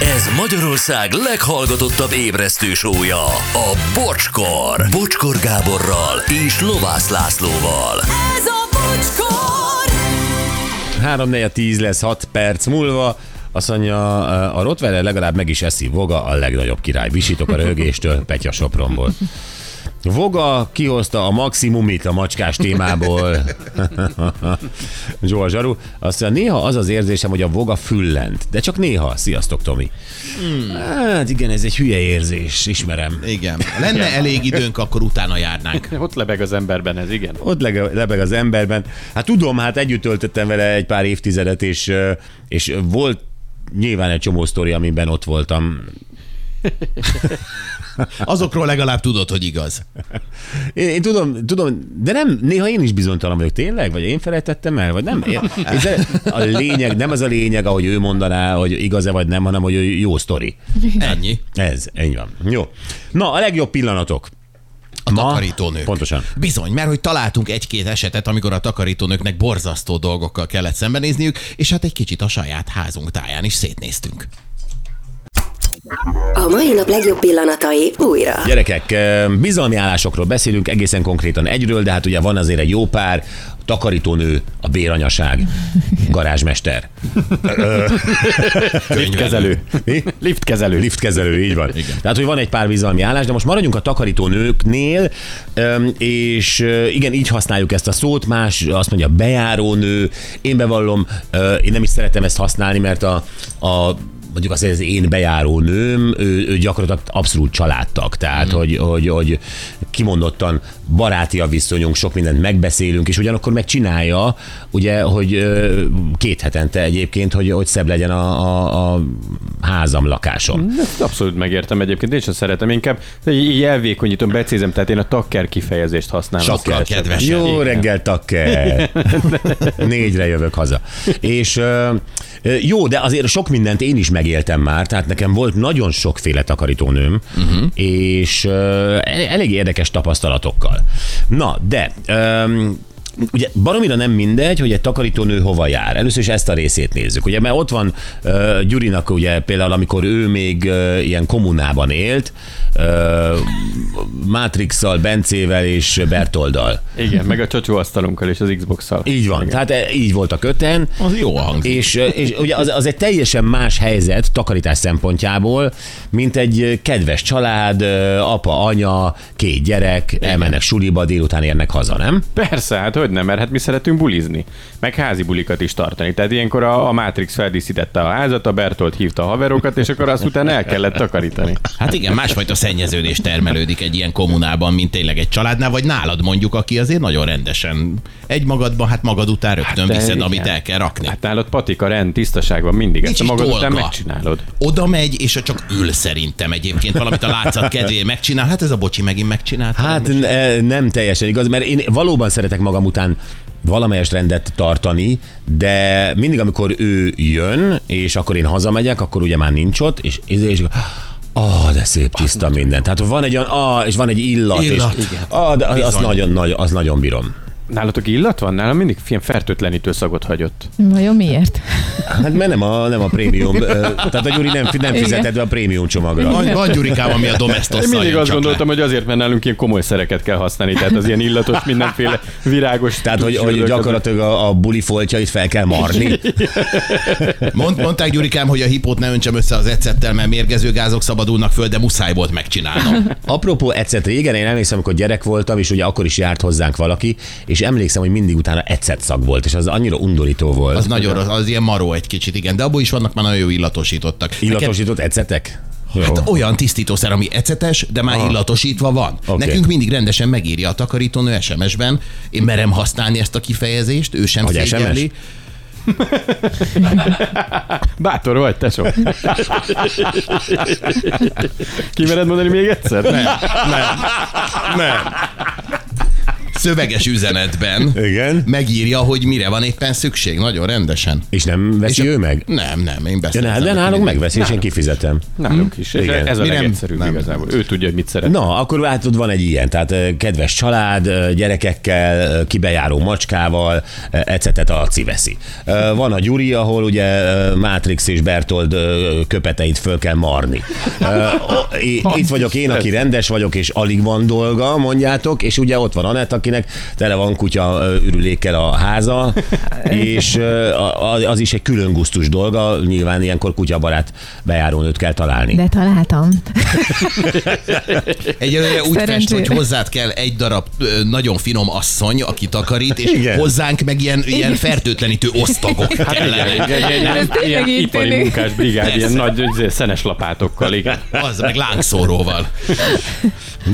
Ez Magyarország leghallgatottabb ébresztő sója, a Bocskor. Bocskor Gáborral és Lovász Lászlóval. Ez a bocskor! 3 10 lesz 6 perc múlva. Azt mondja, eh, a Rottweiler legalább meg is eszi. Voga a legnagyobb király. Visítok a rögéstől, Petya Sopronból. Voga kihozta a maximumit a macskás témából. Zsóa Zsaru. Azt mondja, néha az az érzésem, hogy a voga füllent. De csak néha. Sziasztok, Tomi. Hát igen, ez egy hülye érzés, ismerem. Igen. Lenne elég időnk, akkor utána járnánk. Ott lebeg az emberben ez, igen. ott lege- lebeg az emberben. Hát tudom, hát együtt töltöttem vele egy pár évtizedet, és, ö, és volt nyilván egy csomó sztori, amiben ott voltam. Azokról legalább tudod, hogy igaz. Én, én tudom, tudom, de nem, néha én is bizonytalan vagyok, tényleg? Vagy én felejtettem el? Vagy nem? Én, én zer- a lényeg, nem az a lényeg, ahogy ő mondaná, hogy igaz-e vagy nem, hanem hogy ő jó sztori. Ennyi. Ez, így van. Jó. Na, a legjobb pillanatok. A takarítónők. Pontosan. Bizony, mert hogy találtunk egy-két esetet, amikor a takarítónőknek borzasztó dolgokkal kellett szembenézniük, és hát egy kicsit a saját házunk táján is szétnéztünk. A mai nap legjobb pillanatai újra. Gyerekek, eh, bizalmi állásokról beszélünk, egészen konkrétan egyről, de hát ugye van azért egy jó pár, a takarítónő, a béranyaság, garázsmester, Liftkezelő. Mi? Liftkezelő. liftkezelő, így van. Igen. Tehát, hogy van egy pár bizalmi állás, de most maradjunk a takarítónőknél, em, és eh, igen, így használjuk ezt a szót, más azt mondja bejárónő, én bevallom, eh, én nem is szeretem ezt használni, mert a, a mondjuk azt hogy az én bejáró nőm, ő, ő gyakorlatilag abszolút családtag, tehát mm. hogy, hogy, hogy kimondottan baráti a viszonyunk, sok mindent megbeszélünk, és ugyanakkor megcsinálja, ugye, hogy ö, két hetente egyébként, hogy, hogy szebb legyen a, a, a házam, lakásom. Mm. Ezt abszolút megértem egyébként, én sem szeretem, inkább így így elvékonyítom, becézem, tehát én a takker kifejezést használom. Sokkal Azt keresem. kedves. Jó Igen. reggel, takker! Négyre jövök haza. És ö, ö, jó, de azért sok mindent én is megéltem már, tehát nekem volt nagyon sokféle takarítónőm, uh-huh. és ö, el- elég érdekes tapasztalatokkal. Na, de... Ö, Ugye baromira nem mindegy, hogy egy takarítónő hova jár. Először is ezt a részét nézzük. Ugye, mert ott van uh, Gyurinak ugye például, amikor ő még uh, ilyen kommunában élt, uh, Matrixsal, Bencével és Bertoldal. Igen, meg a csocsóasztalunkkal és az Xbox-szal. Így van, tehát e, így volt a köten. Az jó hangzik. És, e, és ugye az, az egy teljesen más helyzet takarítás szempontjából, mint egy kedves család, e, apa, anya, két gyerek, Igen. elmennek suliba, délután érnek haza, nem? Persze, hát hogy nem, mert hát mi szeretünk bulizni, meg házi bulikat is tartani. Tehát ilyenkor a, a Matrix feldíszítette a házat, a Bertolt hívta a haverokat, és akkor azt utána el kellett takarítani. Hát igen, másfajta szennyeződés termelődik egy ilyen kommunában, mint tényleg egy családnál, vagy nálad mondjuk, aki azért nagyon rendesen egy magadban, hát magad után rögtön hát, de viszed, igen. amit el kell rakni. Hát nálad patika, rend, tisztaság van mindig, ezt Nincs a is magad után dolga. megcsinálod. Oda megy, és csak ül szerintem egyébként valamit a látszat kedvéért megcsinál. Hát ez a bocsi megint megcsinálta. Hát ne- nem teljesen igaz, mert én valóban szeretek magam után valamelyes rendet tartani, de mindig, amikor ő jön, és akkor én hazamegyek, akkor ugye már nincs ott, és és, és Ah, de szép tiszta minden. Tehát van egy olyan, ah, és van egy illat. Illat. És, Igen. ah, de az, az, Bizony. nagyon, nagy, az nagyon bírom. Nálatok illat van? Nálam mindig ilyen fertőtlenítő szagot hagyott. Vajon miért? Hát mert nem a, nem a prémium, ö, tehát a Gyuri nem, fi- nem fizetett be a prémium csomagra. Van, van Gyurikám, ami a domestos Én mindig szálljon azt csak gondoltam, hogy azért, mert nálunk ilyen komoly szereket kell használni, tehát az ilyen illatos, mindenféle virágos. Tehát, hogy, hogy tücsülök, gyakorlatilag a, a buli foltjait fel kell marni. le. Mond, mondták Gyurikám, hogy a hipót ne öntsem össze az ecettel, mert mérgező gázok szabadulnak föl, de muszáj volt megcsinálnom. Apropó ecet, régen én emlékszem, amikor gyerek voltam, és ugye akkor is járt hozzánk valaki, és emlékszem, hogy mindig utána ecet szag volt, és az annyira undorító volt. Az Az nagyon rossz, az ilyen maró egy kicsit, igen, de abból is vannak már nagyon jó illatosítottak. Illatosított ecetek? Jó. Neked olyan tisztítószer, ami ecetes, de már illatosítva van. Oké. Nekünk mindig rendesen megírja a takarítónő SMS-ben. Én merem használni ezt a kifejezést, ő sem Hogy szégyelli. Bátor vagy, tesó. Kimered mondani még egyszer? Nem. Nem. szöveges üzenetben Igen. megírja, hogy mire van éppen szükség, nagyon rendesen. És nem veszi És a- ő meg? Nem, nem, én De, beszéltem. nál- de nálunk megveszi, és én kifizetem. Nálunk is. És Igen. ez a Mi nem- legegyszerűbb nem. igazából. Ő tudja, hogy mit szeret. Na, akkor látod, van egy ilyen, tehát ö, kedves család, ö, gyerekekkel, ö, kibejáró macskával, ö, ecetet a veszi. Ö, Van a Gyuri, ahol ugye ö, Matrix és Bertold ö, köpeteit föl kell marni. Ö, o- i- Itt vagyok én, aki rendes vagyok, és alig van dolga, mondjátok, és ugye ott van Anett, akinek tele van kutya ö, ürülékkel a háza, és ö, a- a- az is egy külön gusztus dolga, nyilván ilyenkor kutyabarát bejárónőt kell találni. De találtam. Egyelőre úgy fest, Szerencsére. hogy hozzád kell egy darab ö, nagyon finom asszony, aki takarít, és Igen. Igen. hozzánk meg ilyen, ilyen fertőtlenítő osztagok Igen, kellene. egy- egy- Ez egy- tényleg ilyen így ipari tűnik. munkás brigád, ilyen nagy izé, szenes lapátokkal, igen. Az, meg lángszóróval.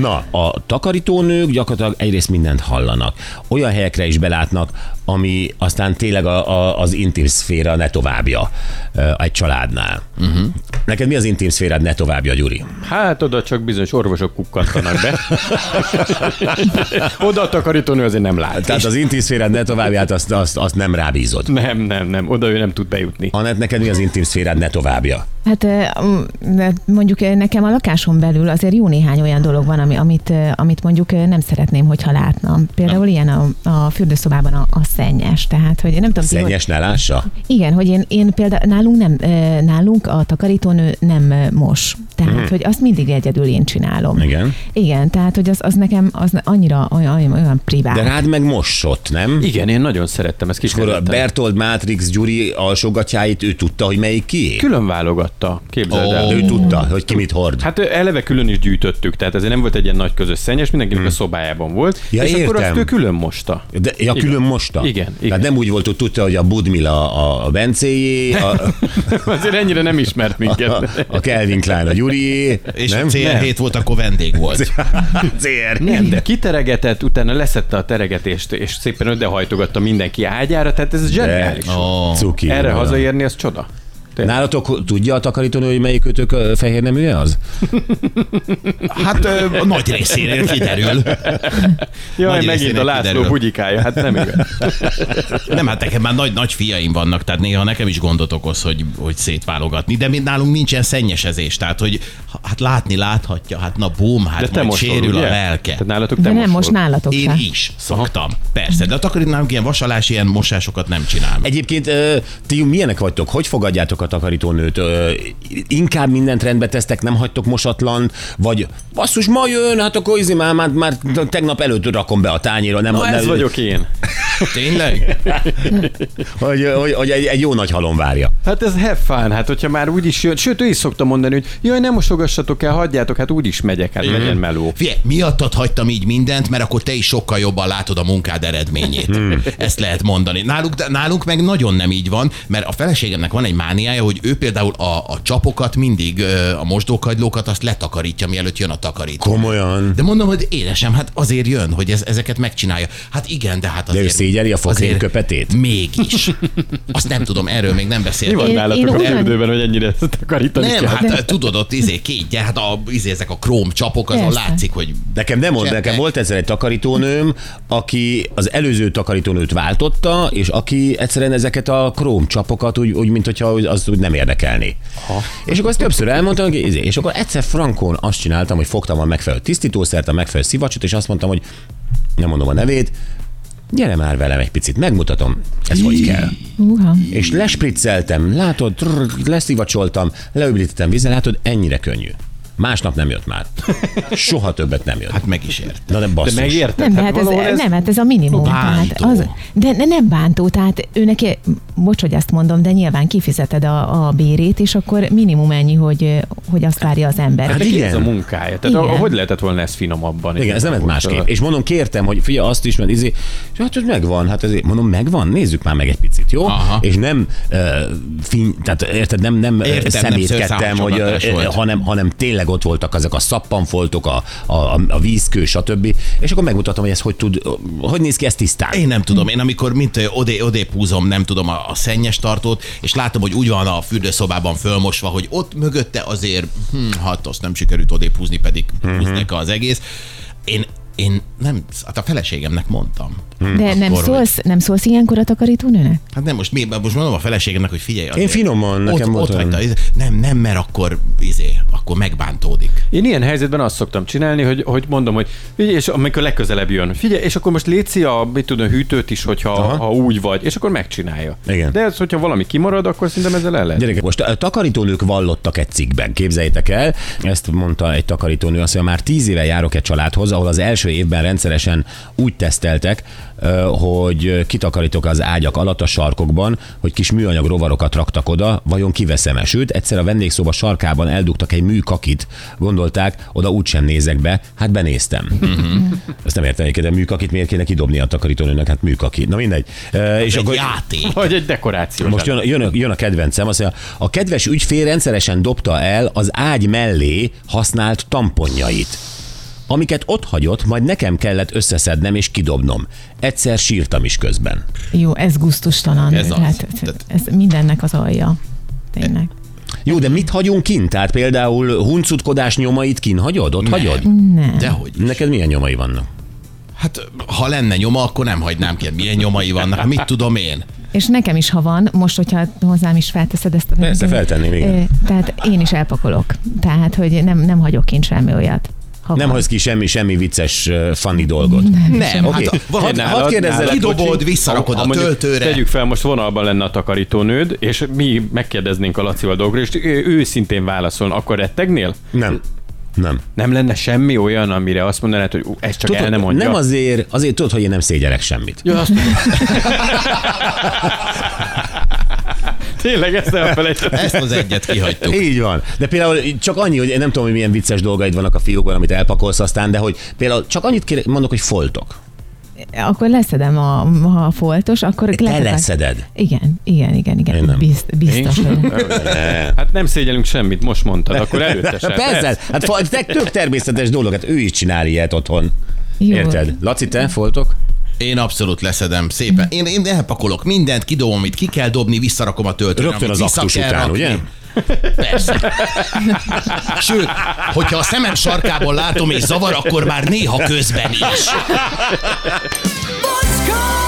Na, a takarítónők gyakorlatilag egyrészt mindent hallanak. Olyan helyekre is belátnak, ami aztán tényleg a, a, az intim szféra ne továbbja ö, egy családnál. Uh-huh. Neked mi az intim szférád ne továbbja, Gyuri? Hát oda csak bizonyos orvosok kukkantanak be. oda a takarítónő azért nem lát. Tehát az intim szférád ne továbbját, azt, azt, azt nem rábízod. Nem, nem, nem, oda ő nem tud bejutni. Anett, neked mi az intim szférád ne továbbja? Hát ö, de mondjuk ö, nekem a lakáson belül azért jó néhány olyan dolog van, ami, amit, ö, amit mondjuk ö, nem szeretném, hogyha látnám. Például ilyen a, a fürdőszobában a, a szennyes, tehát hogy én nem tudom, ti hogy, Szennyes ne lássa? Igen, hogy én, én például nálunk, nem, ö, nálunk a takarítónő nem ö, mos. Tehát, hmm. hogy azt mindig egyedül én csinálom. Igen. Igen, tehát, hogy az, az nekem az annyira olyan, olyan, olyan privát. De rád meg mossott, nem? Igen, én nagyon szerettem ezt Akkor a kis Bertold Matrix Gyuri alsogatjáit ő tudta, hogy melyik ki? Külön válogatta, képzeld Ó. el. Ő tudta, hogy ki mit hord. Hát ö, eleve külön is gyűjtöttük, tehát ezért nem volt egy ilyen nagy közös szennyes, mindenkinek hmm. a szobájában volt, Ja, és akkor értem. azt ő külön mosta. De, ja, Igen. külön mosta? Igen, igen. Tehát nem úgy volt, hogy tudta, hogy a Budmila a, a Bencéjé, a, Azért ennyire nem ismert a, minket. a Kelvin Klein a Gyurié. És nem? nem? CR7 volt, akkor vendég volt. Cér. Nem, de kiteregetett, utána leszette a teregetést, és szépen ödehajtogatta mindenki ágyára, tehát ez zseniális. Ó. Cuki. Erre Na. hazaérni, az csoda. Tényleg. Nálatok tudja a takarítónő, hogy melyik ötök ö, fehér neműje az? Hát ö, a nagy részénél kiderül. Jaj, Nagy megint a részének László kiderül. bugyikája, hát nem igaz. Nem, hát nekem már nagy-nagy fiaim vannak, tehát néha nekem is gondot okoz, hogy, hogy szétválogatni, de mi nálunk nincsen szennyesezés, tehát hogy hát látni láthatja, hát na bum, hát De de te majd most sérül a lelke. Tehát nálatok te De nem, most mosol. nálatok Én se. is szoktam, persze, de akkor itt nálunk ilyen vasalás, ilyen mosásokat nem csinálunk. Egyébként ö, ti milyenek vagytok? Hogy fogadjátok a takarítónőt? Ö, Inkább mindent rendbe tesztek, nem hagytok mosatlan, vagy basszus, ma jön, hát akkor izi már, már, már tegnap előtt rakom be a tányéra. Nem, Na, nem, ez vagyok én. Tényleg? Hogy, hogy, hogy egy, egy jó nagy halom várja. Hát ez have fun, hát hogyha már úgy is jön, sőt ő is szokta mondani, hogy jaj, nem mosogassatok el, hagyjátok, hát úgy is megyek, hát legyen meló. Figyelj, miattad hagytam így mindent, mert akkor te is sokkal jobban látod a munkád eredményét. Hmm. Ezt lehet mondani. Náluk, de nálunk meg nagyon nem így van, mert a feleségemnek van egy mániája, hogy ő például a, a csapokat mindig, ö, a mosdókagylókat azt letakarítja, mielőtt jön a takarító. Komolyan. De mondom, hogy édesem, hát azért jön, hogy ez, ezeket megcsinálja. Hát igen, de hát ő azért... szégyeli a fokrém azért köpetét? Mégis. Azt nem tudom, erről még nem Mi van beszéltem. Én- nálatok én a ugyan- fürdőben, hogy ennyire takarítani Nem, kell? hát tudod, ott izé két, hát a, izé, ezek a króm csapok, azon Persze. látszik, hogy Nekem nem mond, Cseppek. nekem volt egyszer egy takarítónőm, aki az előző takarítónőt váltotta, és aki egyszerűen ezeket a krómcsapokat úgy, úgy mint hogyha úgy- az úgy nem érdekelni. Ha. És akkor ezt többször elmondtam, hogy izé, és akkor egyszer frankon azt csináltam, hogy fogtam a megfelelő tisztítószert, a megfelelő szivacsot, és azt mondtam, hogy nem mondom a nevét, gyere már velem egy picit, megmutatom, ez hogy kell. Uha. És lespricceltem, látod, trrr, leszivacsoltam, leöblítettem vízzel, látod, ennyire könnyű. Másnap nem jött már. Soha többet nem jött. hát meg is ért. Na de De basszus. megérted? Nem, hát ez, valahol ez, nem, hát ez a minimum. Tehát Bántó. az, de ne- nem bántó, tehát ő neki, bocs, hogy ezt mondom, de nyilván kifizeted a, a bérét, és akkor minimum ennyi, hogy, hogy azt várja az ember. Hát Hát igen. igen. ez a munkája. Tehát Igen. a, hogy lehetett volna ez finomabban? Igen, ez nem lett volt másképp. oda. És mondom, kértem, hogy figyelj, azt is, mert izé, és hát, hogy megvan, hát ezért mondom, megvan, nézzük már meg egy picit, jó? Aha. És nem, uh, fin, tehát érted, nem, nem Értem, Értem, nem szemétkedtem, hogy, szőrszámcsogatás ö, ö, volt. hanem, hanem tényleg ott voltak ezek a szappanfoltok, a, a, a, a vízkő, stb. És akkor megmutatom, hogy ez hogy tud, hogy néz ki ez tisztán. Én nem tudom, én amikor mint ö, odé, odébb húzom, nem tudom, a, a szennyes tartót, és látom, hogy úgy van a fürdőszobában fölmosva, hogy ott Mhm. mögötte azért, hm, hát azt nem sikerült odébb húzni, pedig húznek az egész. Én én nem, hát a feleségemnek mondtam. Mhm. De nem Akkor, hogy- szólsz, nem szólsz ilyenkor a takarítónőnek? Hát nem, most, mi, most mondom a feleségemnek, hogy figyelj. azért, finoman, nekem ott, volt ott olyan. hagyta, izé, Nem, nem, mert akkor, izé, akkor megbántódik. Én ilyen helyzetben azt szoktam csinálni, hogy, hogy mondom, hogy figyelj, és amikor legközelebb jön, figyelj, és akkor most léci a mit tudom, hűtőt is, hogyha ha úgy vagy, és akkor megcsinálja. Igen. De ez, hogyha valami kimarad, akkor szerintem ezzel el lehet. Gyerekek, most a takarítónők vallottak egy cikkben, képzeljétek el, ezt mondta egy takarítónő, azt mondja, már tíz éve járok egy családhoz, ahol az első évben rendszeresen úgy teszteltek, ö, hogy kitakarítok az ágyak alatt a sarkokban, hogy kis műanyag rovarokat raktak oda, vajon kiveszem-e? Sőt, egyszer a vendégszoba sarkában eldugtak egy műkakit, gondolták, oda úgysem nézek be, hát benéztem. Ezt nem értenék, de műkakit miért kéne kidobni a takarítónőnek, hát műkaki. Na mindegy. Ö, És És akkor akkor játék. Vagy egy dekoráció. most jön, jön, a- jön a kedvencem, azt mondja, a kedves ügyfél rendszeresen dobta el az ágy mellé használt tamponjait amiket ott hagyott, majd nekem kellett összeszednem és kidobnom. Egyszer sírtam is közben. Jó, ez gusztustalan. Ez az. Tehát, Tehát- ez mindennek az alja. Tényleg. Jó, de mit hagyunk kint? Tehát például huncutkodás nyomait kint hagyod? Ott hagyod? Nem. Dehogy. Neked milyen nyomai vannak? Hát, ha lenne nyoma, akkor nem hagynám ki, milyen nyomai vannak. Hát Mit tudom én? És nekem is, ha van, most, hogyha hozzám is felteszed ezt a Persze, feltenném, igen. Ö, Tehát én is elpakolok. Tehát, hogy nem, nem hagyok kint semmi olyat. Ha Nem van. hoz ki semmi, semmi vicces, ö, funny dolgot. Nem, Oké. hát a- Hadd- valahogy hadd kérdezzelek, kidobod, Bocsi. visszarakod a Ha- ha mondjuk töltőre. Tegyük fel, most vonalban lenne a takarítónőd, és mi megkérdeznénk a Lacival dolgokra, és ő őszintén válaszol, akkor rettegnél? Nem. Nem. Nem lenne semmi olyan, amire azt mondanád, hogy ú, ezt csak el nem mondja. nem azért, azért tudod, hogy én nem szégyelek semmit. Ja, azt... Tényleg ezt elfelejtettem. Ezt az egyet kihagytuk. Így van. De például csak annyi, hogy én nem tudom, hogy milyen vicces dolgaid vannak a fiókban, amit elpakolsz aztán, de hogy például csak annyit kér, mondok, hogy foltok. Akkor leszedem, a, ha a foltos, akkor Te letetek- leszeded. Igen, igen, igen, igen. Én nem. Bizt, biztos. hogy- Hát nem szégyelünk semmit, most mondtad, akkor előtte sem. Persze, hát fa- te- tök természetes dolog, hát ő is csinál ilyet otthon. Jó. Érted? Laci, te foltok? Én abszolút leszedem szépen. Én, én elpakolok mindent, kidobom, amit ki kell dobni, visszarakom a töltőre. Rögtön az amit vissza aktus kell után, rakni. ugye? Persze. Sőt, hogyha a szemem sarkából látom és zavar, akkor már néha közben is. Bocskor!